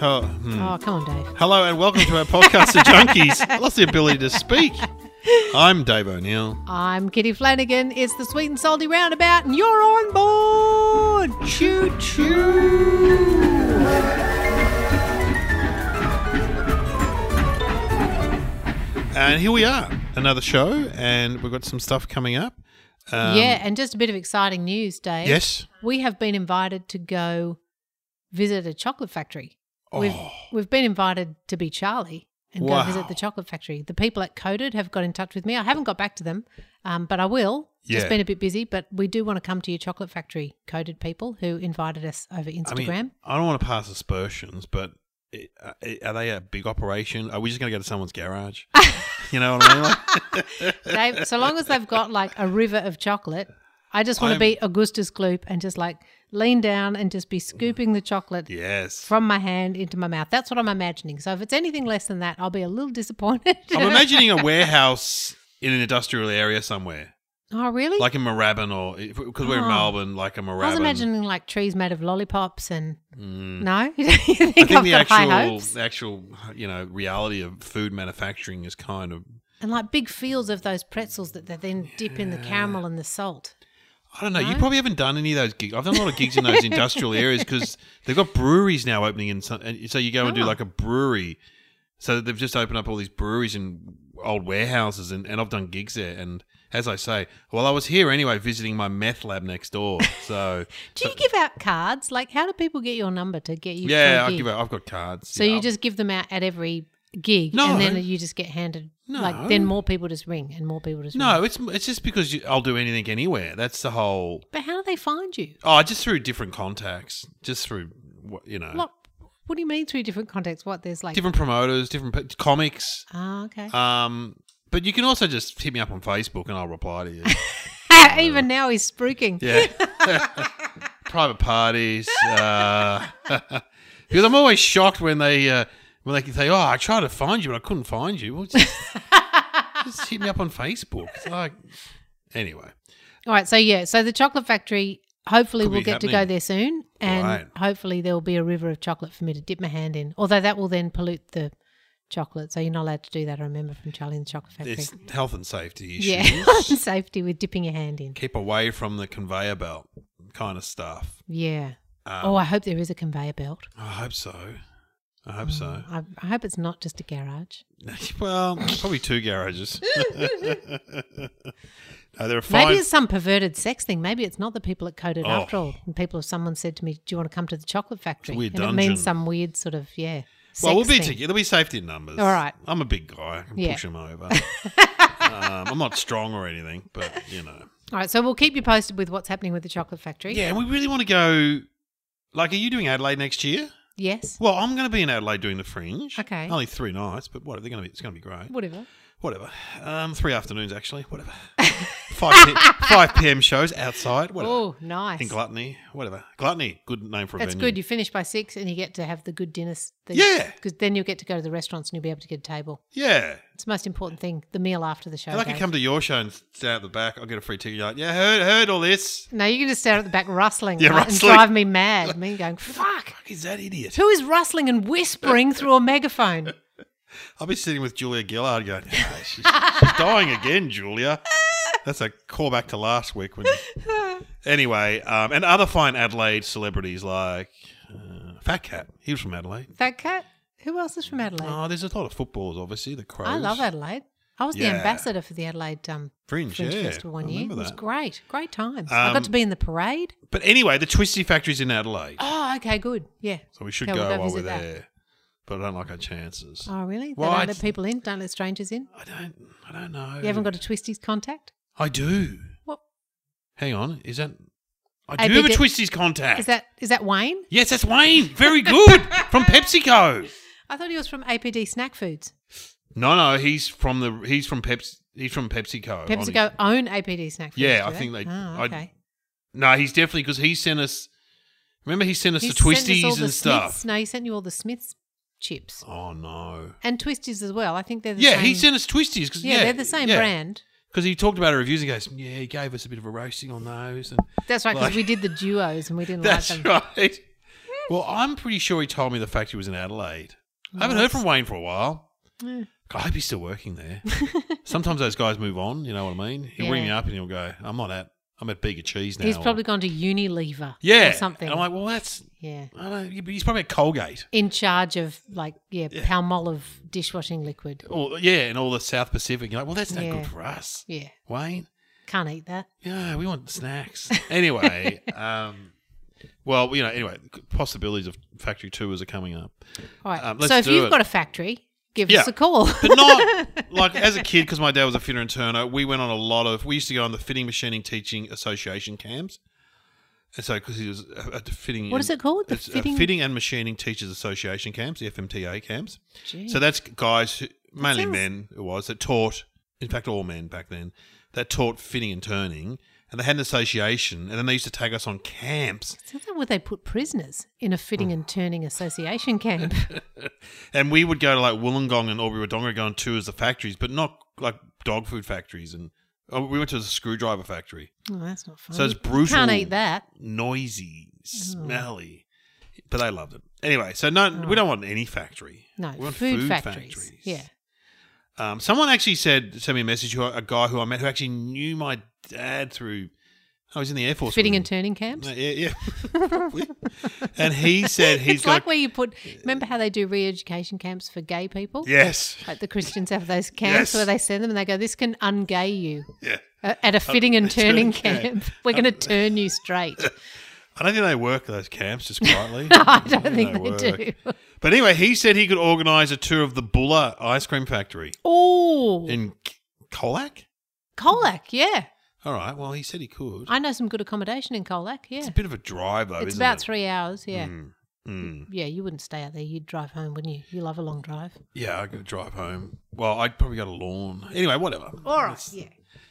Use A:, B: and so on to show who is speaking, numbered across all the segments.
A: uh, hmm.
B: Oh, come on, Dave.
A: Hello and welcome to our podcast, The Junkies. I lost the ability to speak. I'm Dave O'Neill.
B: I'm Kitty Flanagan. It's the Sweet and Salty Roundabout, and you're on board. Choo choo.
A: And here we are, another show, and we've got some stuff coming up. Um,
B: yeah, and just a bit of exciting news, Dave.
A: Yes.
B: We have been invited to go visit a chocolate factory. We've,
A: Oh.
B: we've been invited to be Charlie and
A: Wow.
B: go visit the chocolate factory. The people at Coded have got in touch with me. I haven't got back to them, um, but I will.
A: Yeah.
B: Just been a bit busy, but we do want to come to your chocolate factory, Coded people who invited us over Instagram.
A: I mean, I don't want to pass aspersions, but i- uh, are they a big operation? Are we just going to go to someone's garage? you know what I mean? Like,
B: they so long as they've got like a river of chocolate, I just want
A: I'm-
B: to be Augustus Gloop and just like lean down and just be scooping the chocolate
A: yes.
B: from my hand into my mouth. That's what I'm imagining. So if it's anything less than that, I'll be a little disappointed.
A: I'm imagining a warehouse in an industrial area somewhere,
B: oh, really?
A: like in Moorabbin, or because we're in
B: Oh.
A: Melbourne, like a Moorabbin.
B: I was imagining like trees made of lollipops and
A: Mm.
B: no, you don't- you think,
A: I think
B: I've
A: the
B: got high
A: actual,
B: hopes
A: the actual, you know, reality of food manufacturing is kind of.
B: and like big fields of those pretzels that they then dip in the caramel and the salt.
A: I don't know. You
B: No?
A: probably haven't done any of those gigs. I've done a lot of gigs in those industrial areas because they've got breweries now opening in. Some, and so you go and do
B: Oh.
A: like a brewery. So they've just opened up all these breweries in old warehouses, and, and I've done gigs there. And as I say, well, I was here anyway visiting my meth lab next door. So
B: Do you give out cards? Like, how do people get your number to get you?
A: yeah,
B: for a
A: I
B: gig?
A: give. Out, I've got cards.
B: So you just give them out at every gig,
A: No.
B: and then you just get handed
A: No.
B: like then more people just ring and more people just Ring.
A: no, it's it's just because you, I'll do anything anywhere. That's the whole.
B: But how do they find you?
A: Oh, just through different contacts, just through what- you know,
B: What What do you mean through different contexts? What there's like
A: different promoters, different pe- comics.
B: Ah, okay.
A: Um, but you can also just hit me up on Facebook and I'll reply to you.
B: Even now he's spooking.
A: Yeah. Private parties. Uh, because I'm always shocked when they uh, when they can say, "Oh, I tried to find you, but I couldn't find you." Well, just, just hit me up on Facebook. It's like, anyway,
B: All right. So yeah. So the chocolate factory. Hopefully
A: Could
B: we'll
A: be
B: get to go
A: happening.
B: there soon, and
A: Right.
B: hopefully there will be a river of chocolate for me to dip my hand in. Although that will then pollute the chocolate, so you're not allowed to do that. I remember from Charlie and the Chocolate Factory.
A: it's health and safety issues.
B: yeah, safety with dipping your hand in.
A: Keep away from the conveyor belt kind of stuff.
B: Yeah.
A: Um,
B: oh, I hope there is a conveyor belt.
A: I hope so. I hope so.
B: I, I hope it's not just a garage. Mm.
A: Well, probably two garages. no, there are five.
B: Maybe it's some perverted sex thing. Maybe it's not the people at Coded
A: Oh.
B: after all. And people, someone said to me, "Do you want to come to the chocolate factory?"
A: weird
B: and it
A: dungeon.
B: means some weird sort of yeah.
A: Well, we'll be
B: sex thing.
A: together. There'll be safety in numbers.
B: All right.
A: I'm a big guy. I can
B: Yeah.
A: push him over. um, I'm not strong or anything, but you know.
B: All right, so we'll keep you posted with what's happening with the chocolate factory.
A: Yeah, and we really want to go. Like, are you doing Adelaide next year?
B: Yes.
A: Well, I'm going to be in Adelaide doing the Fringe.
B: Okay.
A: Only three nights, but what they're going to be? It's going to be great.
B: Whatever.
A: Whatever. Um, three afternoons actually. Whatever. five p- five p.m. shows outside. Whatever.
B: Oh, nice.
A: In gluttony. Whatever. Gluttony. Good name for a
B: That's
A: venue.
B: good. You finish by six and you get to have the good dinners.
A: Yeah.
B: Because then you'll get to go to the restaurants and you'll be able to get a table.
A: Yeah.
B: It's the most important thing the meal after the show.
A: And I can
B: Dave.
A: come to your show and stand at the back. I'll get a free ticket. You're like, yeah, heard heard all this.
B: No, you can just stand at the back rustling,
A: Yeah,
B: like,
A: rustling.
B: and drive me mad. Me going, fuck.
A: Fuck is that idiot?
B: Who is rustling and whispering through a megaphone?
A: I'll be sitting with Julia Gillard going, "Ah, she's, she's dying again, Julia. That's a callback to last week. When anyway, um, and other fine Adelaide celebrities like uh, Fat Cat. He was from Adelaide.
B: That cat? Who else is from Adelaide?
A: Oh, there's a lot of footballers, obviously. The Crows.
B: I love Adelaide. I was
A: Yeah.
B: the ambassador for the Adelaide um,
A: Fringe,
B: Fringe
A: yeah.
B: Festival one
A: I
B: year. It
A: remember
B: was
A: that.
B: great. Great times. I
A: Um,
B: got to be in the parade.
A: But anyway, the Twisty Factory's in Adelaide.
B: Oh, okay, good. Yeah.
A: So we should
B: Okay,
A: go
B: we'll go
A: while we're
B: visit that.
A: there. But I don't like our chances.
B: Oh, really? They
A: Well, I
B: don't let
A: just-
B: people in, don't let strangers in.
A: I don't. I don't know.
B: You haven't got a twisties contact?
A: I do.
B: What
A: Hang on. Is that? I
B: Hey,
A: do have a
B: did it-
A: Twisties contact.
B: is that is that Wayne?
A: Yes, that's Wayne. Very good from PepsiCo.
B: I thought he was from APD Snack Foods.
A: No, no, he's from the. He's from Peps. He's from PepsiCo.
B: PepsiCo own APD Snack Foods.
A: Oh, Yeah,
B: do
A: I think they-
B: Oh,
A: I-
B: okay.
A: No, he's definitely because he sent us. Remember, he sent us
B: He
A: the
B: sent us
A: Twisties
B: all
A: and
B: the
A: stuff.
B: Smiths. No, he sent you all the Smiths chips
A: Oh no.
B: and Twisties as well. I think they're the
A: yeah,
B: same.
A: he sent us Twisties because
B: Yeah, they're the same brand.
A: Because he talked about our reviews and goes, yeah, he gave us a bit of a roasting on those, and
B: That's right, because
A: Like-
B: we did the duos and we didn't like
A: that's
B: them.
A: right. Well, I'm pretty sure he told me the factory was in Adelaide. I haven't heard from Wayne for a while.
B: Yeah.
A: God, I hope he's still working there. Sometimes those guys move on. You know what I mean? He'll ring me
B: Yeah.
A: up and he'll go, "I'm not at. I'm at Bigger Cheese now."
B: He's
A: or-
B: probably gone to Unilever
A: yeah
B: or something.
A: And I'm like, well, that's
B: yeah.
A: I don't. yeah, but He's probably at Colgate.
B: In charge of like yeah,
A: Yeah.
B: Palmolive dishwashing liquid.
A: Or yeah, and all the South Pacific. You're like, well, that's not
B: Yeah.
A: good for us,
B: Yeah.
A: Wayne.
B: Can't eat that.
A: Yeah, we want snacks. Anyway, um, well, you know, anyway, possibilities of Factory Tours are coming up.
B: All right.
A: Um, let's
B: so if
A: do
B: you've
A: it.
B: got a factory, give
A: Yeah.
B: us a call.
A: but not like as a kid because my dad was a fitter and turner. We went on a lot of. We used to go on the fitting, machining, teaching association camps, and so because he was a, a fitting.
B: What
A: and-
B: is it called? The
A: it's, uh,
B: fitting-
A: fitting and machining teachers association camps, the FMTA camps.
B: Gee.
A: So that's guys, who, mainly
B: sounds-
A: men, it was that taught. In fact, all men back then that taught fitting and turning, and they had an association, and then they used to take us on camps,
B: Sounds like where they put prisoners in a
A: Mm.
B: fitting and turning association camp.
A: and we would go to like Wollongong and Albury Wodonga, go on tours the factories, but not like dog food factories and. Oh, we went to the screwdriver factory.
B: Oh, that's not fun.
A: So it's
B: You
A: brutal.
B: Can't eat that.
A: Noisy,
B: Mm.
A: smelly. But they loved it. Anyway, so no, we don't want any factory.
B: Mm. No,
A: we want
B: food, factories. Yeah.
A: Um, someone actually said, sent me a message, who, a guy who I met who actually knew my dad through, I was in the Air Force.
B: Fitting
A: with
B: and
A: him.
B: turning camps.
A: No, Yeah, yeah. Probably. and he said he's
B: It's
A: got. uh,
B: like where you put. Remember how they do re-education camps for gay people?
A: yes.
B: Like the Christians have those camps
A: Yes.
B: where they send them and they go, "This can ungay you."
A: Yeah.
B: Uh, At a fitting and
A: turning
B: turning
A: camp.
B: camp, we're
A: Uh,
B: going to turn you straight.
A: I don't think they work those camps just quietly.
B: I don't think they do.
A: But anyway, he said he could organise a tour of the Buller ice cream factory
B: Oh,
A: in K- Colac.
B: Colac, yeah.
A: All right. Well, he said he could.
B: I know some good accommodation in Colac. Yeah,
A: It's a bit of a drive, though,
B: it's
A: isn't
B: about
A: it?
B: three hours. Yeah,
A: Mm, mm.
B: yeah. You wouldn't stay out there. You'd drive home, wouldn't you? You love a long drive.
A: Yeah, I could drive home. Well, I'd probably got a lawn. Anyway, whatever.
B: All right.
A: It's-
B: Yeah.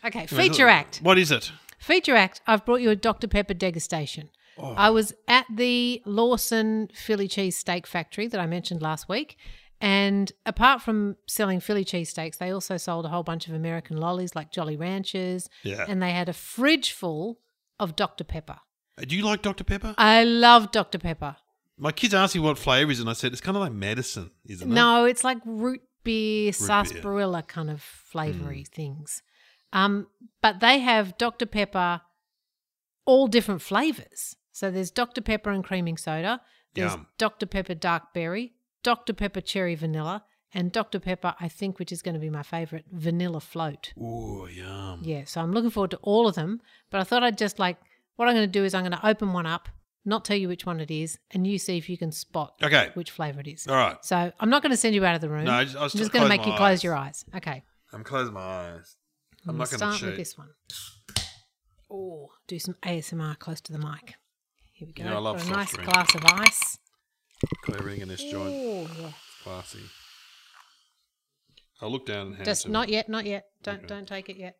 B: Okay.
A: anyway,
B: Feature act.
A: What is it?
B: Feature act. I've brought you a Dr Pepper degustation. I was at the Lawson Philly cheese steak factory that I mentioned last week. And apart from selling Philly cheesesteaks, they also sold a whole bunch of American lollies like Jolly Ranchers.
A: Yeah.
B: And they had a fridge full of Dr. Pepper.
A: Uh, Do you like Dr. Pepper?
B: I love Dr. Pepper.
A: My kids asked me what flavour is, and I said, it's kind of like medicine, isn't it?
B: No, it's like root beer, sarsaparilla kind of
A: Mm.
B: flavoury things. Um, but they have Dr. Pepper, all different flavours. So there's Dr. Pepper and creaming soda, there's
A: Yum.
B: Dr. Pepper dark berry, Dr. Pepper cherry vanilla, and Dr. Pepper, I think, which is going to be my favourite, vanilla float.
A: Ooh, yum.
B: Yeah, so I'm looking forward to all of them. But I thought I'd just like, what I'm going to do is I'm going to open one up, not tell you which one it is, and you see if you can spot
A: Okay.
B: which flavour it is.
A: All right.
B: So I'm not going to send you out of the room.
A: No, I just- I
B: I'm
A: was
B: just
A: trying
B: going
A: to
B: to
A: close
B: make you
A: my
B: close
A: eyes.
B: your eyes. Okay.
A: I'm closing my eyes. I'm
B: We'll
A: not going
B: start
A: to cheat.
B: with this one. Oh, do some ASMR close to the mic. Here we go.
A: You know, I love
B: Got a
A: soft
B: nice
A: drink.
B: glass of ice.
A: Got everything in this joint.
B: Oh, yeah.
A: Classy. I'll look down and hand it
B: Just
A: to him.
B: not yet, not yet. Don't
A: Okay.
B: don't take it yet.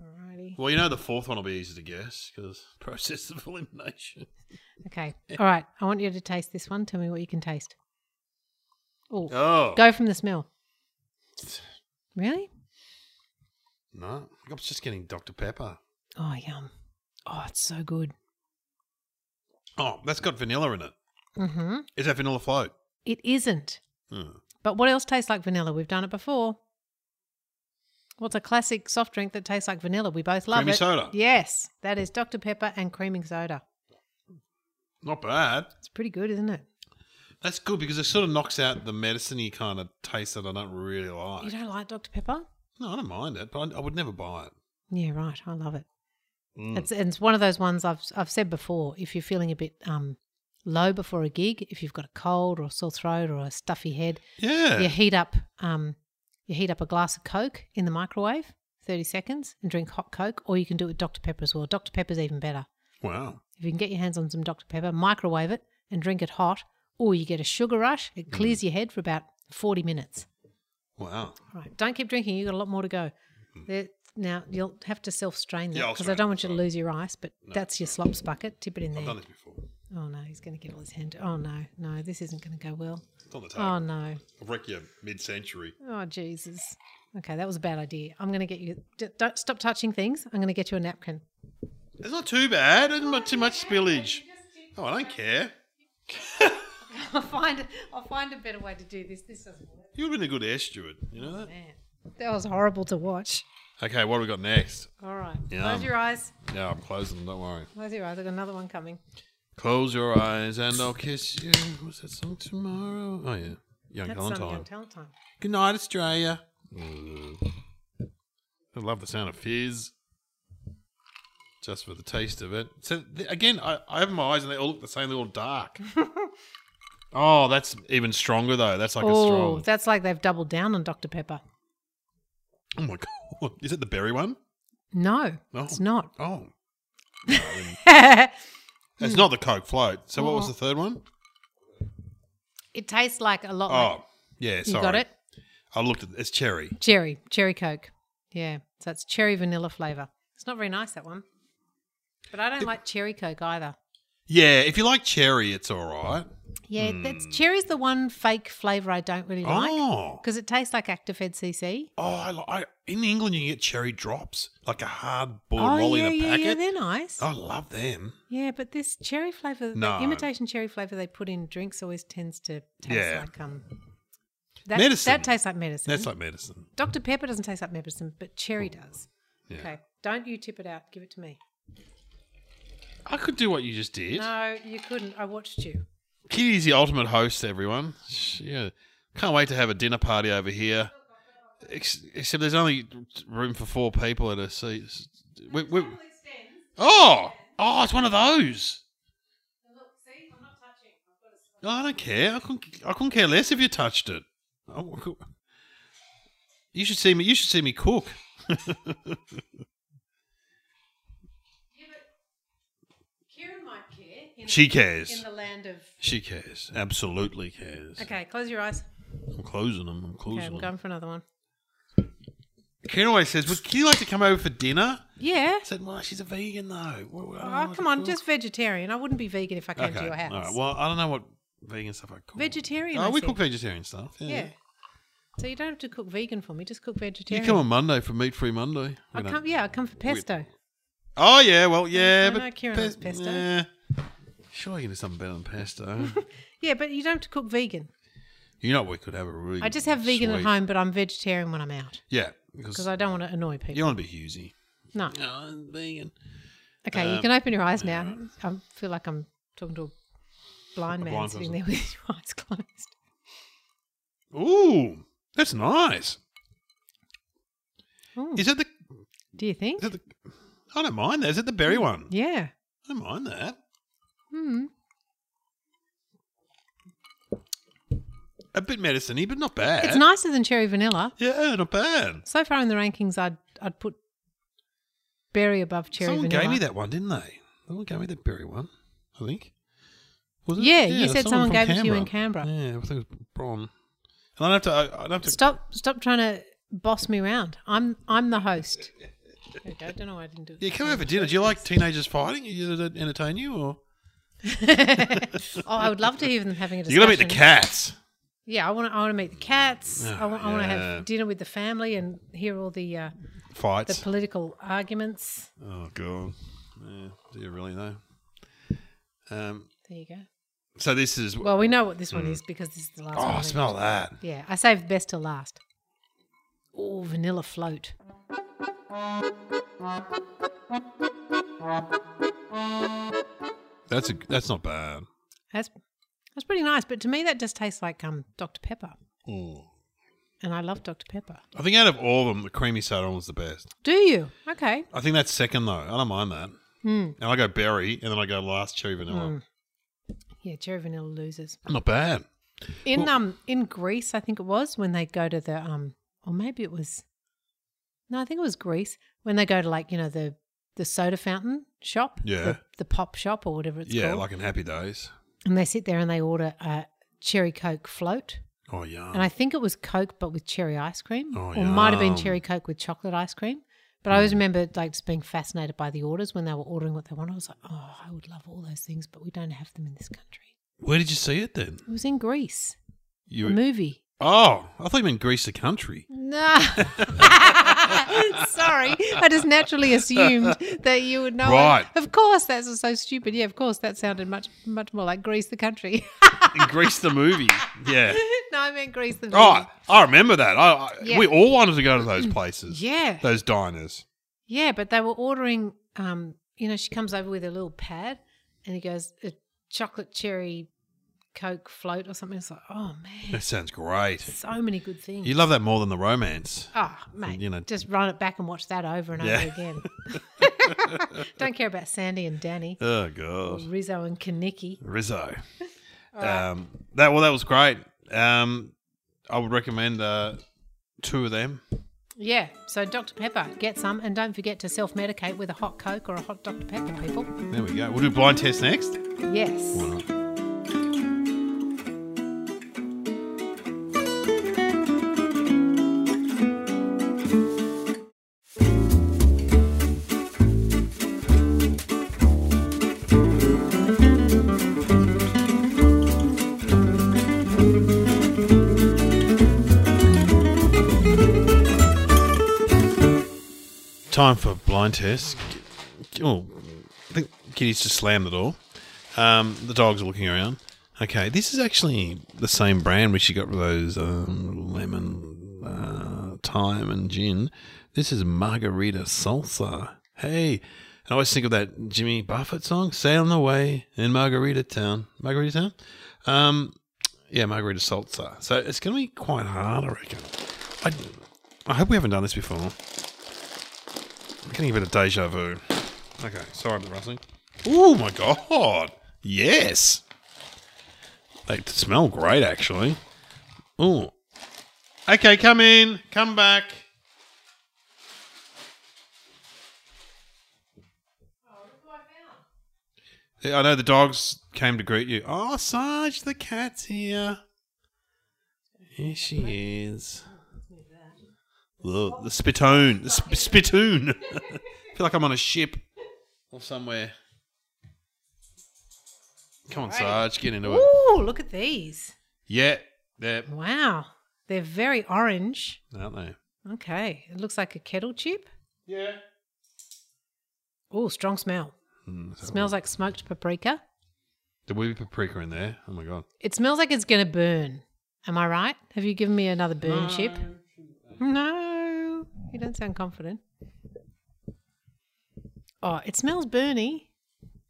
B: Alrighty.
A: Well, you know the fourth one will be easy to guess because process of elimination.
B: Okay. All right. I want you to taste this one. Tell me what you can taste. Oh,
A: Oh
B: go from the smell. Really?
A: no! I was just getting Dr Pepper.
B: Oh, yum. Oh, it's so good.
A: Oh, that's got vanilla in it.
B: Mm-hmm.
A: Is that vanilla float?
B: It isn't.
A: Hmm.
B: But what else tastes like vanilla? We've done it before. What's a classic soft drink that tastes like vanilla? We both love
A: Creamy
B: it.
A: soda.
B: Yes, that is Dr Pepper and creaming soda.
A: Not bad.
B: It's pretty good, isn't it?
A: That's good because it sort of knocks out the medicine-y kind of taste that I don't really like.
B: You don't like Dr Pepper?
A: no, I don't mind it, but I, I would never buy it.
B: Yeah, right. I love it.
A: Mm.
B: It's it's one of those ones I've I've said before. If you're feeling a bit um low before a gig, if you've got a cold or a sore throat or a stuffy head,
A: yeah.
B: you heat up um you heat up a glass of Coke in the microwave, thirty seconds, and drink hot Coke. Or you can do it with Dr Pepper as well. Dr Pepper's even better.
A: Wow.
B: If you can get your hands on some Dr Pepper, microwave it and drink it hot, or you get a sugar rush. It
A: Mm.
B: clears your head for about forty minutes.
A: Wow.
B: All right, don't keep drinking. You've got a lot more to go. There, now you'll have to self strain
A: Mm-hmm. Yeah,
B: that
A: I'll
B: because I
A: strain
B: don't
A: it,
B: want you to
A: sorry.
B: lose your ice. But that's your slops bucket. Tip it in
A: I've
B: there.
A: done this before.
B: Oh no, he's going to get all his hand. Oh no, no, this isn't going to go well.
A: It's on the table.
B: Oh no,
A: I've wrecked you mid-century.
B: oh Jesus. Okay, that was a bad idea. I'm going to get you. d- Don't stop touching things. I'm going to get you a napkin.
A: It's not too bad. There's not too much spillage. Oh, I don't care.
B: I'll find. I'll find a better way to do this. This doesn't work.
A: You've been a good air steward. You know that?
B: Man, that was horrible to watch.
A: Okay, what have we got next?
B: All right,
A: Yum.
B: close your eyes.
A: Yeah, I'm closing them, don't worry.
B: Close your eyes. I've got another one coming.
A: Close your eyes and I'll kiss you. What's that song tomorrow? Oh, yeah. Young
B: That's
A: Valentine.
B: some young talent time.
A: Good night, Australia. Mm. I love the sound of fizz. Just for the taste of it. So, th- again, I, I open my eyes and they all look the same. They're all dark. oh, that's even stronger, though. That's like a
B: oh,
A: strong.
B: that's like they've doubled down on Dr Pepper.
A: oh, my God. Is it the berry one?
B: No,
A: No.
B: it's not.
A: Oh.
B: it Hmm.
A: It's not the Coke float. So, what
B: Oh.
A: was the third one?
B: tastes like a lot. like,
A: Oh, yeah,
B: you
A: sorry.
B: got it,
A: I looked at It's cherry.
B: cherry, cherry Coke. Yeah, so it's cherry vanilla flavor. It's not very nice that one, but I don't like cherry Coke either.
A: Yeah, if you like cherry, it's all right.
B: Yeah, that's cherry's the one fake flavor I don't really like
A: Hmm. Oh,
B: because it tastes like Actifed CC.
A: oh, I, li- I, in England you can get cherry drops, like a hard boiled
B: Oh
A: roll
B: yeah,
A: in a
B: yeah, yeah,
A: packet.
B: they're nice.
A: I love them.
B: Yeah, but this cherry flavor, the
A: No.
B: imitation cherry flavor they put in drinks always tends to taste
A: Yeah.
B: like um. That,
A: Medicine.
B: That tastes like medicine.
A: That's like medicine.
B: Dr. Pepper doesn't taste like medicine, but cherry does.
A: Yeah.
B: Okay. Don't you tip it out. Give it to me.
A: I could do what you just did.
B: No, you couldn't. I watched you.
A: Kitty's the ultimate host, everyone. She- Yeah, can't wait to have a dinner party over here. Ex- except there's only room for four people at a seat. We, we, oh, oh, it's one of those. No, I don't care. I couldn't. I couldn't care less if you touched it. Oh, I could- you should see me. You should see me cook.
B: Kieran might care. In
A: She cares.
B: the land of.
A: She cares. Absolutely cares.
B: Okay, close your eyes.
A: I'm closing them. I'm
B: Okay,
A: closing
B: I'm
A: them.
B: going for another one.
A: Karen always says, "Would you like to come over for dinner?"
B: Yeah.
A: I said, "Well, she's a vegan though." Well, well,
B: Oh, come on, just vegetarian. I wouldn't be vegan if I came
A: okay.
B: to your house.
A: All right. Well, I don't know what vegan stuff I cook.
B: vegetarian.
A: Oh,
B: I
A: we
B: said.
A: cook vegetarian stuff. Yeah.
B: Yeah. So you don't have to cook vegan for me. Just cook
A: You
B: vegetarian.
A: come on Monday for meat free Monday.
B: I
A: We don't-
B: come, yeah, I come for pesto.
A: Oh yeah, well yeah,
B: I
A: but
B: know Kieran loves pesto.
A: Yeah. Sure, you can do something better than pesto.
B: Yeah, but you don't have to cook vegan.
A: you know, we could have a really.
B: I just have vegan at
A: sweet-
B: home, but I'm vegetarian when I'm out
A: Yeah, because
B: because I don't want to annoy people.
A: you want to be Husey.
B: No.
A: No, I'm vegan.
B: Okay,
A: uh,
B: you can open your eyes now. I feel like I'm talking to a blind
A: A
B: man
A: blind
B: sitting
A: person.
B: there with his eyes closed.
A: Ooh, that's nice.
B: Ooh.
A: Is that the?
B: Oh, Do you think?
A: Is that the? I don't mind that. Is it the berry one?
B: Yeah.
A: I don't mind that.
B: Hmm.
A: A bit medicine-y, but not bad.
B: It's nicer than cherry vanilla.
A: Yeah, not bad.
B: So far in the rankings, I'd I'd put berry above cherry
A: Someone
B: vanilla.
A: gave me that one, didn't they? Someone gave me that berry one, I think. Was
B: Yeah, you said someone
A: from
B: gave it to you in Canberra.
A: Yeah, I think it was Bron. And I'd have to. I- I'd have to.
B: Stop stop trying to boss me around. I'm I'm the host. Okay, I don't know why I didn't do it.
A: Yeah, come over dinner. Do you like teenagers fighting? Does it entertain you, or
B: Oh, I would love to hear them having a
A: you
B: discussion.
A: gotta meet the cats?
B: Yeah, I want to. I want to meet the cats. I want. I want to
A: yeah.
B: have dinner with the family and hear all the uh, the
A: Fights.
B: political arguments.
A: oh god. Yeah. Do you really know? Um.
B: There you go.
A: So this is.
B: Well, we know what this one is because this is the last one.
A: Mm. oh, smell that.
B: Yeah, I saved the best till last. Oh, vanilla float.
A: That's a. That's not bad.
B: That's that's pretty nice, but to me that just tastes like um Dr Pepper,
A: Mm.
B: and I love Dr Pepper.
A: I think out of all of them, the creamy soda one was the best.
B: Do you? Okay.
A: I think that's second though. I don't mind that.
B: Mm.
A: And I go berry, and then I go last cherry vanilla.
B: Yeah, cherry vanilla losers.
A: Not bad.
B: In
A: Well-
B: um in Greece, I think it was when they go to the um or maybe it was No, I think it was Greece when they go to like, you know, the the soda fountain shop,
A: Yeah.
B: the, the pop shop or whatever it's
A: yeah,
B: called.
A: like in Happy Days.
B: and they sit there and they order a cherry coke float.
A: Oh yeah.
B: And I think it was Coke, but with cherry ice cream,
A: Oh,
B: or might have been
A: yum. Hmm.
B: cherry Coke with chocolate ice cream. But I always remember like just being fascinated by the orders when they were ordering what they wanted. I was like, oh, I would love all those things, but we don't have them in this country.
A: Where did you see it then?
B: It was in Greece,
A: You.
B: a movie.
A: oh, I thought you meant Greece, the country.
B: No, sorry, I just naturally assumed that you would know. it.
A: Right.
B: of course, that's so stupid. Yeah, of course, that sounded much much more like Greece, the country.
A: In Greece, the movie. Yeah.
B: no, I meant Greece, the movie.
A: Right. I remember that. I, I,
B: Yeah.
A: We all wanted to go to those places.
B: Yeah.
A: Those diners.
B: Yeah, but they were ordering. Um, you know, she comes over with a little pad, and he goes a chocolate cherry coke float or something. It's like, oh man,
A: That sounds great.
B: so many good things.
A: You love that more than the romance.
B: oh mate,
A: you
B: you
A: know-
B: know, just run it back and watch that over and
A: Yeah.
B: over again. Don't care about Sandy and Danny,
A: Oh
B: or
A: god.
B: Rizzo and Kaniki.
A: Rizzo. Um, that well, that was great. Um, I would recommend uh, two of them.
B: Yeah, so Dr Pepper, get some, and don't forget to self-medicate with a hot coke or a hot Dr Pepper, people.
A: There we go. We'll do blind test next.
B: Yes.
A: Time for blind test. Oh, I think Kitty's just slammed the door. Um, the dog's looking around. Okay, this is actually the same brand which you got with those um, lemon, uh, thyme, and gin. This is margarita salsa. Hey, I always think of that Jimmy Buffett song, Sailing Away in Margarita Town. Margarita Town? Um, yeah, margarita salsa. So it's going to be quite hard, I reckon. I, I hope we haven't done this before. I'm getting a bit of deja vu. Okay, sorry about the rustling. Oh my god! Yes! They smell great, actually. Oh. Okay, come in. Come back. Yeah, I know the dogs came to greet you. Oh, Sarge, the cat's here. Here she is. The, the spittoon. The sp- spittoon. I feel like I'm on a ship or somewhere. Come on, Sarge, get into it.
B: Ooh, look at these!
A: Yeah, they're,
B: Wow, they're very orange.
A: aren't they?
B: Okay, it looks like a kettle chip.
A: Yeah.
B: Oh, strong smell. Smells like smoked paprika.
A: There will be paprika in there. Oh my god.
B: It smells like it's going to burn. Am I right? Have you given me another burn chip? No, you don't sound confident. Oh, it smells burny.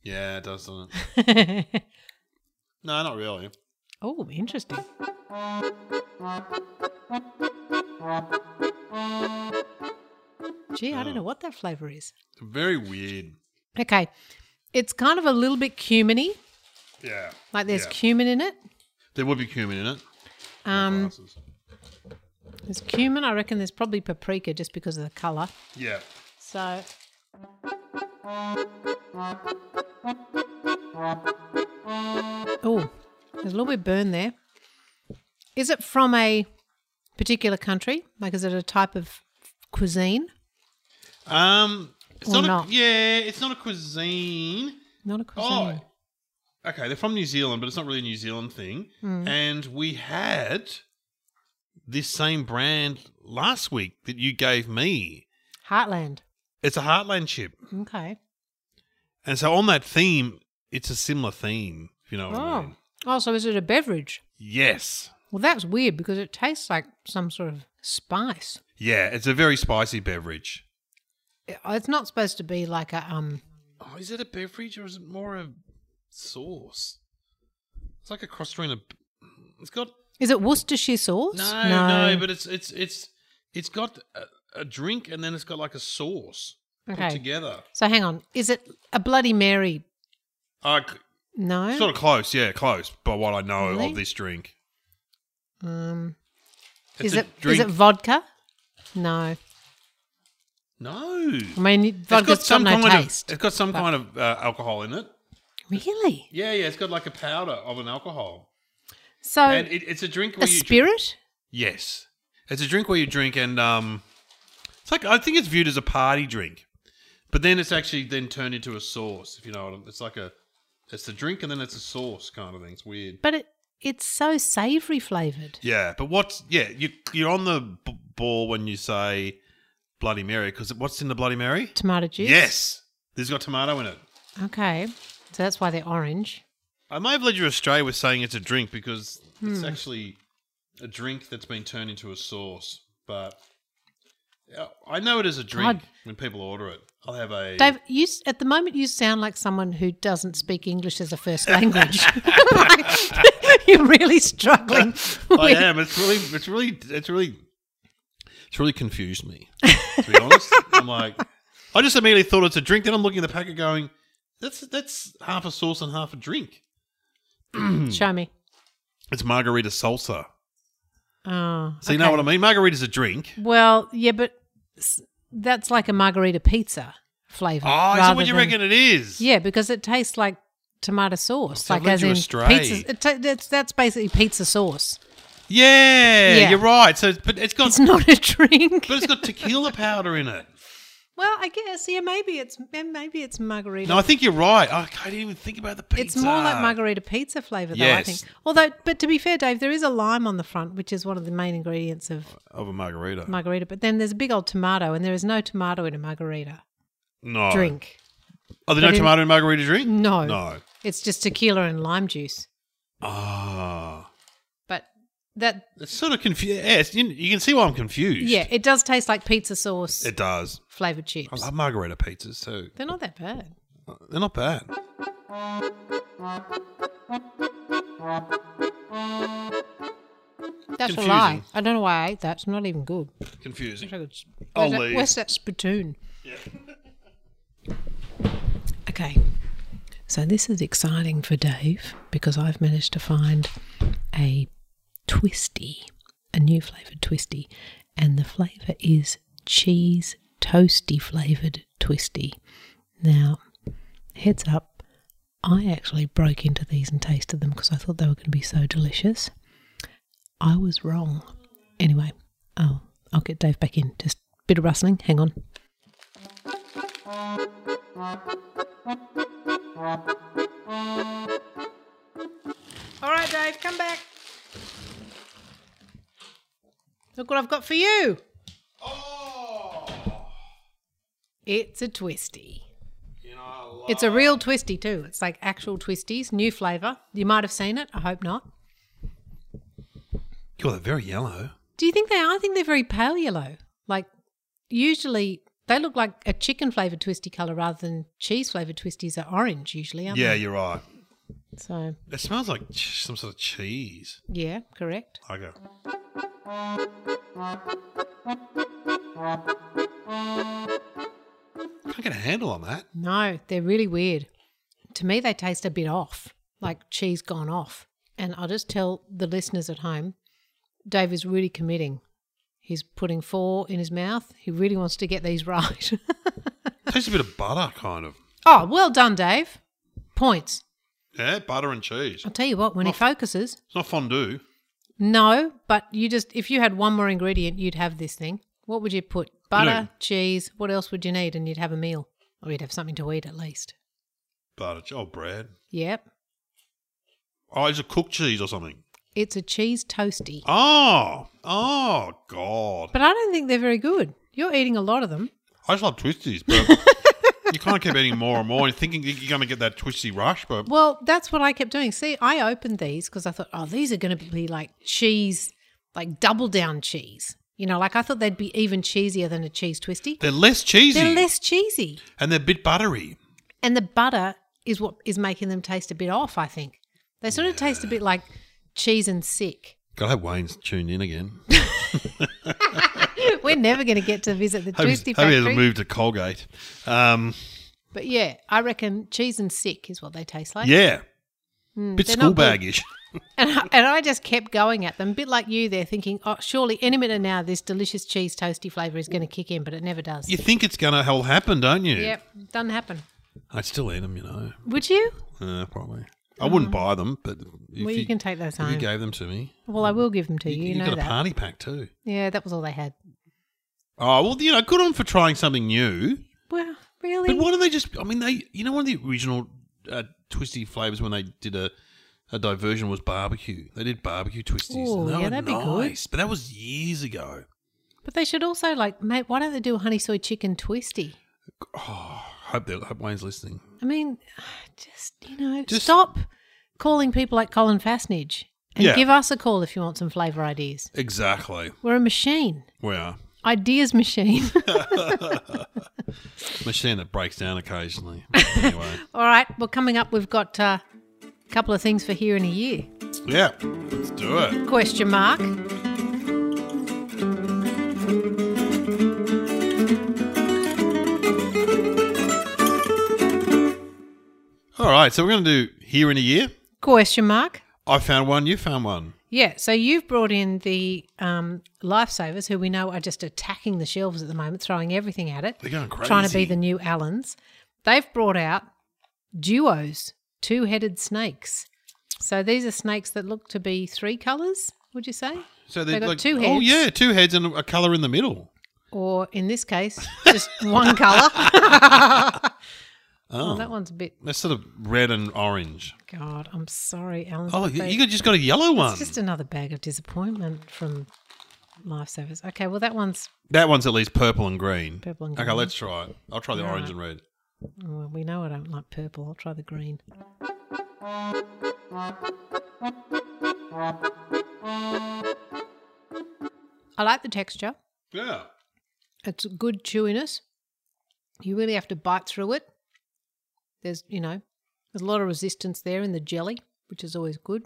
A: Yeah, it does, doesn't it? No, not really.
B: oh, interesting. Gee, I don't know what that flavor is.
A: Very weird.
B: Okay, it's kind of a little bit cuminy.
A: Yeah.
B: Like there's
A: Yeah.
B: cumin in it.
A: There would be cumin in it.
B: Um,
A: Glasses.
B: there's cumin. I reckon there's probably paprika just because of the color.
A: Yeah.
B: So Oh, there's a little bit burn there. Is it from a particular country? Like, is it a type of cuisine?
A: Um, it's
B: Or
A: not,
B: not.
A: A, yeah, it's not a cuisine.
B: Not a
A: Oh,
B: cuisine.
A: okay. They're from New Zealand, but it's not really a New Zealand thing.
B: Hmm.
A: And we had this same brand last week that you gave me.
B: Heartland.
A: It's a Heartland chip,
B: Okay.
A: and so on that theme, it's a similar theme. If you know what I
B: Oh.
A: mean?
B: Oh, so is it a beverage?
A: Yes.
B: Well, that's weird because it tastes like some sort of spice.
A: Yeah, it's a very spicy beverage.
B: It's not supposed to be like a um.
A: Oh, is it a beverage or is it more a sauce? It's like a cross between a. It's got
B: Is it Worcestershire sauce?
A: No, no, but it's it's it's it's got a, a drink and then it's got like a sauce put
B: Okay.
A: together.
B: So hang on. Is it a Bloody Mary?
A: Uh,
B: No.
A: sort of close, yeah, close. By what I know
B: Really?
A: of this drink,
B: um.
A: It's
B: Is
A: a
B: it is it vodka? No.
A: no,
B: I mean,
A: it's
B: vodka's got, no
A: kind
B: taste.
A: of it's got some
B: but-
A: kind of uh, alcohol in it.
B: really?
A: Yeah, yeah, it's got like a powder of an alcohol,
B: So
A: and it, it's a drink where
B: Oh, a
A: you dr-
B: spirit?
A: yes, it's a drink where you drink and um, it's like I think it's viewed as a party drink, but then it's actually then turned into a sauce. If you know what I'm, it's like a. It's the drink and then it's a sauce kind of thing. It's weird.
B: But it it's so savory flavored.
A: Yeah, but what's yeah you you're on the b- ball when you say Bloody Mary because what's in the Bloody Mary?
B: Tomato juice.
A: Yes, this has got tomato in it.
B: Okay. So that's why they're orange.
A: I may have led you astray with saying it's a drink because it's
B: Hmm.
A: actually a drink that's been turned into a sauce. But yeah, I know it is a drink
B: God.
A: when people order it. I'll have a
B: Dave, you s- at the moment you sound like someone who doesn't speak English as a first language. You're really struggling.
A: I
B: with-
A: am. It's really. It's really. It's really. It's really confused me. To be honest, I'm like, I just immediately thought it's a drink. Then I'm looking at the packet, going, "That's that's half a sauce and half a drink." Hmm.
B: Show me.
A: It's margarita salsa.
B: Oh,
A: So you know what I mean? Margarita's a
B: Mm.
A: drink.
B: Well, yeah, but s- that's like a margarita pizza flavor.
A: Oh, so
B: rather
A: what do you
B: than-
A: reckon it is?
B: Yeah, because it tastes like tomato sauce,
A: So I've
B: like
A: led
B: as
A: you
B: in
A: astray.
B: pizza. It ta- that's, that's basically pizza sauce.
A: Yeah,
B: Yeah.
A: you're right. So, but it's got,
B: It's not a drink.
A: but it's got tequila powder in it.
B: well, I guess yeah, maybe it's maybe it's margarita.
A: No, I think you're right. Oh, I didn't even think about the pizza.
B: It's more like margarita pizza flavor, though. I
A: Yes.
B: think. Although, but to be fair, Dave, there is a lime on the front, which is one of the main ingredients of
A: of a margarita.
B: margarita. But then there's a big old tomato, and there is no tomato in a margarita
A: no
B: drink.
A: Are there no
B: But in-
A: tomato in margarita drink?
B: No,
A: Oh. No.
B: it's just tequila and lime juice.
A: Ah,
B: But that,
A: it's sort of confused. Yeah, it's, you, you can see why I'm confused.
B: yeah, it does taste like pizza sauce
A: it does.
B: flavored
A: I
B: chips.
A: love margarita pizzas too.
B: They're not that bad.
A: They're not bad.
B: That's
A: Confusing.
B: a lie. I don't know why I ate that. It's not even good.
A: Confusing.
B: Wish I could s-
A: I'll
B: where's, that,
A: leave.
B: where's that spittoon? Okay. So this is exciting for Dave because I've managed to find a twisty, a new flavoured twisty, and the flavour is cheese toasty flavoured twisty. Now, heads up, I actually broke into these and tasted them because I thought they were going to be so delicious. I was wrong. Anyway, oh, I'll get Dave back in. Just bit of rustling. Hang on. All right, Dave, come back. Look what I've got for you.
A: Oh,
B: It's a twisty.
A: you know, I love-
B: It's a real twisty too. It's like actual twisties, new flavour. You might have seen it. I hope not.
A: God, they're very yellow.
B: Do you think they are? I think they're very pale yellow. Like usually they look like a chicken flavoured twisty colour rather than cheese flavoured twisties are orange usually, aren't
A: Yeah,
B: they?
A: you're right.
B: So
A: It smells like ch- some sort of cheese.
B: yeah, correct.
A: I go. Can't get a handle on that.
B: No, they're really weird. To me, they taste a bit off, like cheese gone off. And I'll just tell the listeners at home Dave is really committing. He's putting four in his mouth. He really wants to get these right.
A: Tastes a bit of butter, kind of.
B: oh, well done, Dave. Points.
A: Yeah, butter and cheese.
B: I'll tell you what, when he focuses,
A: It's not fondue.
B: no, but you just, if you had one more ingredient, you'd have this thing. What would you put? Butter,
A: No.
B: cheese, what else would you need? And you'd have a meal. Or you'd have something to eat at least.
A: Butter. che- Oh, Brad.
B: Yep.
A: Oh, it's a cooked cheese or something.
B: It's a cheese toasty.
A: Oh, oh, God.
B: But I don't think they're very good. You're eating a lot of them.
A: I just love twisties, but you kind of keep eating more and more and thinking you're going to get that twisty rush, but
B: Well, that's what I kept doing. See, I opened these because I thought, oh, these are going to be like cheese, like double down cheese. You know, like I thought they'd be even cheesier than a cheese twisty.
A: they're less cheesy
B: They're less cheesy.
A: and they're a bit buttery.
B: And the butter is what is making them taste a bit off, I think. They sort of taste a bit like cheese and sick.
A: Gotta have Wayne's tuned in again.
B: We're never going to get to visit the
A: Hope he's-
B: twisty
A: hope he
B: factory.
A: hasn't moved to Colgate. Um,
B: But yeah, I reckon cheese and sick is what they taste like. Hmm,
A: yeah, bit
B: they're not
A: school
B: good.
A: baggish.
B: And I, and I just kept going at them, a bit like you there, thinking, oh, surely any minute now this delicious cheese toasty flavour is going to kick in, but it never does.
A: You think it's gonna hell happen, don't you?
B: Yep, doesn't happen.
A: I'd still eat them, you know.
B: Would you?
A: Uh, probably. I wouldn't buy them, but if
B: Oh. well, you, can take those
A: if you
B: home.
A: gave them to me,
B: well, I will give them to you. You,
A: you,
B: know
A: got a
B: that.
A: party pack too.
B: Yeah, that was all they had.
A: Oh well, you know, good on for trying something new.
B: Well, really?
A: But why don't they just? I mean, they. You know, one of the original uh, twisty flavors when they did a a diversion was barbecue. They did barbecue twisties.
B: Ooh,
A: and they
B: yeah,
A: were
B: that'd be good.
A: nice, But that was years ago.
B: But they should also like, mate, why don't they do a honey soy chicken twisty?
A: Oh, hope they hope Wayne's listening.
B: I mean, just you know,
A: Just-
B: stop calling people like Colin Fastnage and
A: Yeah.
B: give us a call if you want some flavour ideas.
A: Exactly.
B: We're a machine,
A: We are
B: ideas machine.
A: machine that breaks down occasionally. But anyway,
B: All right. Well, coming up, we've got uh, a couple of things for here in a year.
A: yeah, let's do it.
B: Question mark.
A: All right, so we're going to do here in a year.
B: Question mark.
A: I found one. You found one.
B: Yeah. So you've brought in the um, lifesavers, who we know are just attacking the shelves at the moment, throwing everything at it,
A: They're going crazy.
B: trying to be the new Allens. They've brought out duos, two-headed snakes. So these are snakes that look to be three colours. Would you say?
A: so they're
B: they got
A: like,
B: two
A: Oh
B: heads.
A: yeah, two heads and a color in the middle.
B: Or in this case, just one colour. oh, that one's a bit.
A: That's sort of red and orange.
B: God, I'm sorry, Alan.
A: Oh,
B: but
A: you,
B: they-
A: you got- just got a yellow one.
B: It's just another bag of disappointment from lifesavers. Okay, well that one's
A: that one's at least purple and green.
B: Purple and
A: okay,
B: green.
A: let's try it. I'll try the orange
B: Alright.
A: and red.
B: well, we know I don't like purple. I'll try the green. I like the texture.
A: Yeah.
B: It's good chewiness. You really have to bite through it. There's, you know, there's a lot of resistance there in the jelly, which is always good.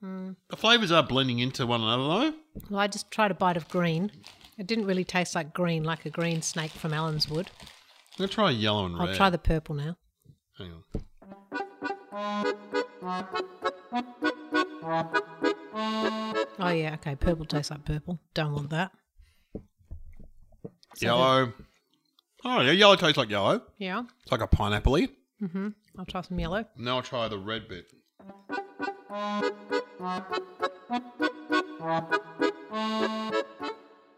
A: The flavours are blending into one another, though.
B: Well, I just tried a bite of green. It didn't really taste like green, like a green snake from Alan's would.
A: I'm going to try yellow and red.
B: I'll try the purple now.
A: Hang on.
B: Oh yeah, okay. Purple tastes like purple. Don't want that.
A: Yellow. Oh, yeah, yellow tastes like yellow.
B: Yeah.
A: It's like a pineapple
B: Mm-hmm. I'll try some yellow.
A: Now I'll try the red bit.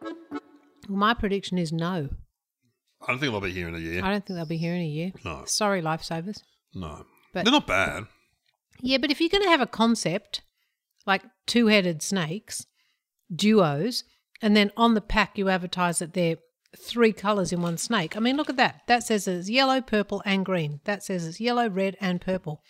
B: Well, my prediction is no.
A: I don't think they'll be here in a year.
B: I don't think they'll be here in a year.
A: No.
B: Sorry, lifesavers.
A: No.
B: But-
A: They're not bad.
B: Yeah, but if you're going to have a concept like two-headed snakes, duos, and then on the pack you advertise that they're three colors in one snake. I mean, look at that. That says it's yellow, purple, and green. That says it's yellow, red, and purple.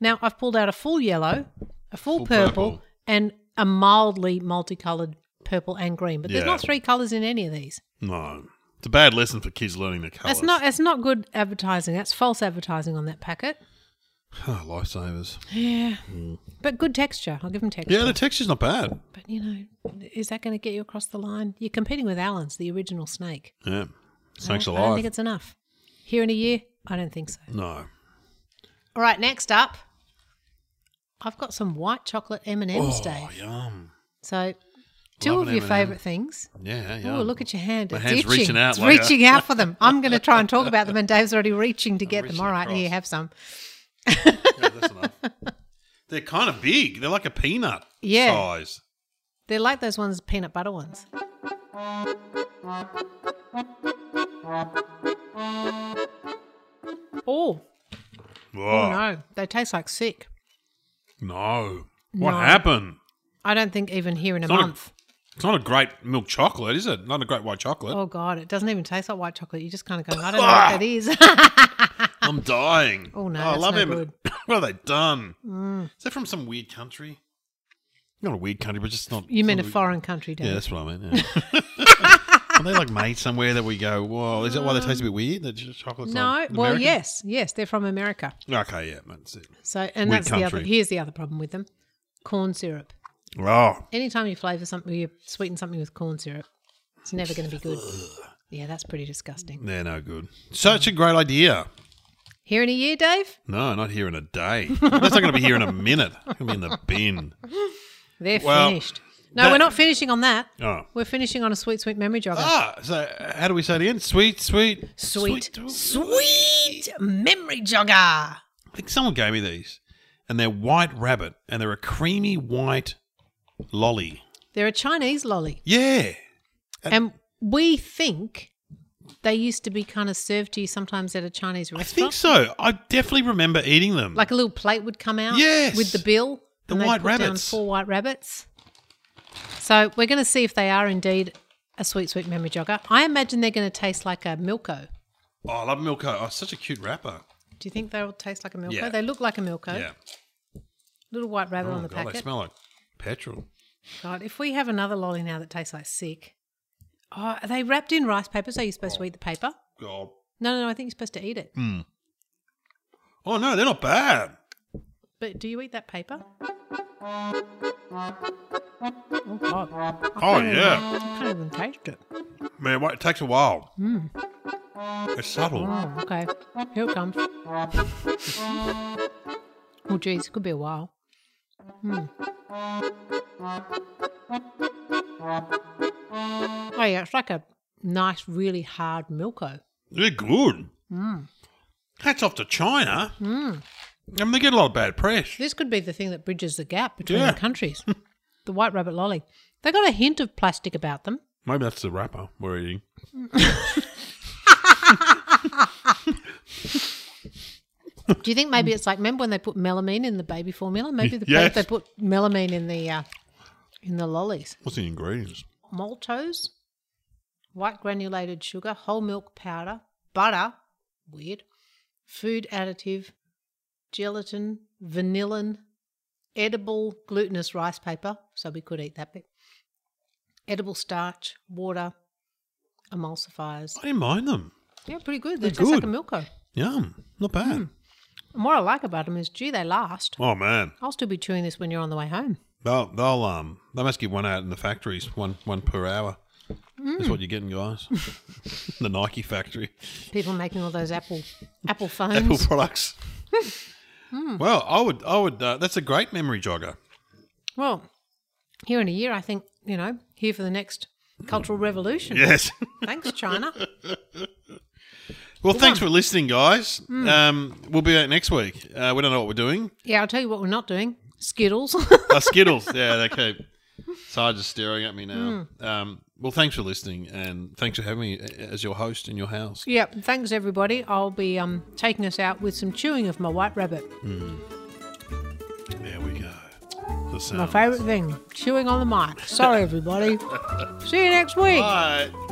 B: Now I've pulled out a full yellow, a full,
A: Full
B: purple,
A: purple.
B: and a mildly multicolored purple and green. But there's
A: Yeah.
B: not three colors in any of these.
A: No. It's a bad lesson for kids learning the colours.
B: That's not. That's not good advertising. That's false advertising on that packet.
A: Oh, lifesavers.
B: Yeah. But good texture. I'll give them texture.
A: Yeah, the texture's not bad.
B: But you know, is that going to get you across the line? You're competing with Allen's, the original snake.
A: Yeah. Snakes
B: I
A: alive.
B: don't, I don't think it's enough. Here in a year, I don't think so.
A: no.
B: All right, next up, I've got some white chocolate M and M's,
A: oh,
B: Dave.
A: yum.
B: So, two
A: Love
B: of
A: an
B: your
A: M&M.
B: favourite things.
A: Yeah, yeah.
B: Oh, look at your hand!
A: My
B: it's
A: hand's
B: itching.
A: reaching out
B: It's
A: like a-
B: reaching out for them. I'm going to try and talk about them, and Dave's already reaching to get them.
A: reaching
B: All right,
A: across.
B: here, have some.
A: Yeah, that's enough. They're kind of big. They're like a peanut
B: Yeah.
A: size.
B: They're like those ones, peanut butter ones. Oh,
A: Whoa.
B: oh no, they taste like sick.
A: no. What
B: No.
A: happened?
B: I don't think even here in a
A: not a-
B: month.
A: It's not a great milk chocolate, is it? Not a great white chocolate.
B: Oh god, it doesn't even taste like white chocolate. You just kind of go, I don't know
A: Ah!"
B: what that is.
A: I'm dying.
B: Oh, no,
A: I
B: that's
A: love
B: no
A: him.
B: good. Mm.
A: what have they done? Is that from some weird country? Not a weird country, but just not.
B: you mean a
A: sort of-
B: foreign country, don't
A: Yeah,
B: you?
A: that's what I mean. Yeah. Are they like made somewhere that we go? Whoa, is that why they taste a bit weird? That ch- chocolate's
B: No,
A: not
B: well,
A: American?
B: yes, yes, they're from America.
A: Okay, yeah, that's it.
B: So, and
A: Weird
B: that's the other.
A: country.
B: Here's the other problem with them: corn syrup.
A: Oh,
B: Anytime you flavour something, you sweeten something with corn syrup, it's never going to be good. Yeah, that's pretty disgusting.
A: they're no good. Such a great idea.
B: Here in a year, Dave,
A: No, not here in a day. That's not going to be here in a minute. It's going to be in the bin.
B: they're
A: Well,
B: finished. No,
A: that-
B: we're not finishing on that.
A: Oh.
B: We're finishing on a sweet, sweet memory jogger.
A: Ah, so uh, how do we say it again? Sweet, sweet,
B: sweet, sweet, memory jogger.
A: I think someone gave me these, and they're white rabbit, and they're a creamy white lolly.
B: They're a Chinese lolly,
A: Yeah,
B: and we think they used to be kind of served to you sometimes at a Chinese
A: I think
B: restaurant.
A: so. I definitely remember eating them.
B: like a little plate would come out
A: Yes.
B: with the bill
A: The
B: and they'd
A: white
B: put down
A: rabbits.
B: four white rabbits so we're going to see if they are indeed a sweet sweet memory jogger i imagine they're going to taste like a milko
A: oh, I love Milko. Oh, such a cute wrapper.
B: do you think they'll taste like a milko
A: Yeah.
B: they look like a milko
A: Yeah.
B: little white rabbit
A: Oh
B: Oh, on the
A: god, they
B: packet
A: smell like petrol.
B: god if we have another lolly now that tastes like sick oh are they wrapped in rice paper so you're supposed to eat the paper
A: God.
B: no no no i think you're supposed to eat it
A: Hmm. Oh no, they're not bad.
B: but do you eat that paper oh god I
A: Oh,
B: can't even-
A: yeah.
B: i can't even taste it
A: Man, wait, it takes a while.
B: Mm.
A: It's subtle.
B: Oh, okay. Here it comes. oh, geez, it could be a while. Hmm. Oh, yeah, it's like a nice, really hard Milko.
A: They're good.
B: Mm.
A: Hats off to China. I mean, they get a lot of bad press.
B: This could be the thing that bridges the gap between
A: Yeah.
B: the countries. the white rabbit lolly. They got a hint of plastic about them.
A: Maybe that's the wrapper we're eating.
B: Do you think maybe it's like remember when they put melamine in the baby formula? Maybe the
A: Yes.
B: they put melamine in the uh, in the lollies.
A: What's the ingredients?
B: maltose, white granulated sugar, whole milk powder, butter, weird, food additive, gelatin, vanillin, edible glutinous rice paper, so we could eat that bit, edible starch, water, emulsifiers.
A: I didn't mind them.
B: Yeah, pretty good. They
A: They're
B: taste like a
A: good.
B: Milko.
A: Yum. Not bad.
B: And what I like about them is, gee, they last.
A: Oh man.
B: I'll still be chewing this when you're on the way home.
A: They'll they'll um they must get one out in the factories, one one per hour. That's what you're getting, guys. the Nike factory.
B: People making all those apple apple phones.
A: Apple products. Well, I would I would uh, that's a great memory jogger.
B: Well, here in a year, I think, you know, here for the next cultural revolution.
A: Yes.
B: Thanks, China.
A: well, thanks for listening, guys. Um, we'll be out next week. Uh, we don't know what we're doing.
B: Yeah, I'll tell you what we're not doing Skittles.
A: Uh, Skittles. yeah, they keep. Sarge is staring at me now. Um, well, thanks for listening, and thanks for having me a- as your host in your house.
B: yeah, thanks, everybody. I'll be um, taking us out with some chewing of my white rabbit.
A: There we go. The
B: My
A: sound.
B: favourite thing, chewing on the mic. Sorry, everybody. See you next week.
A: Bye.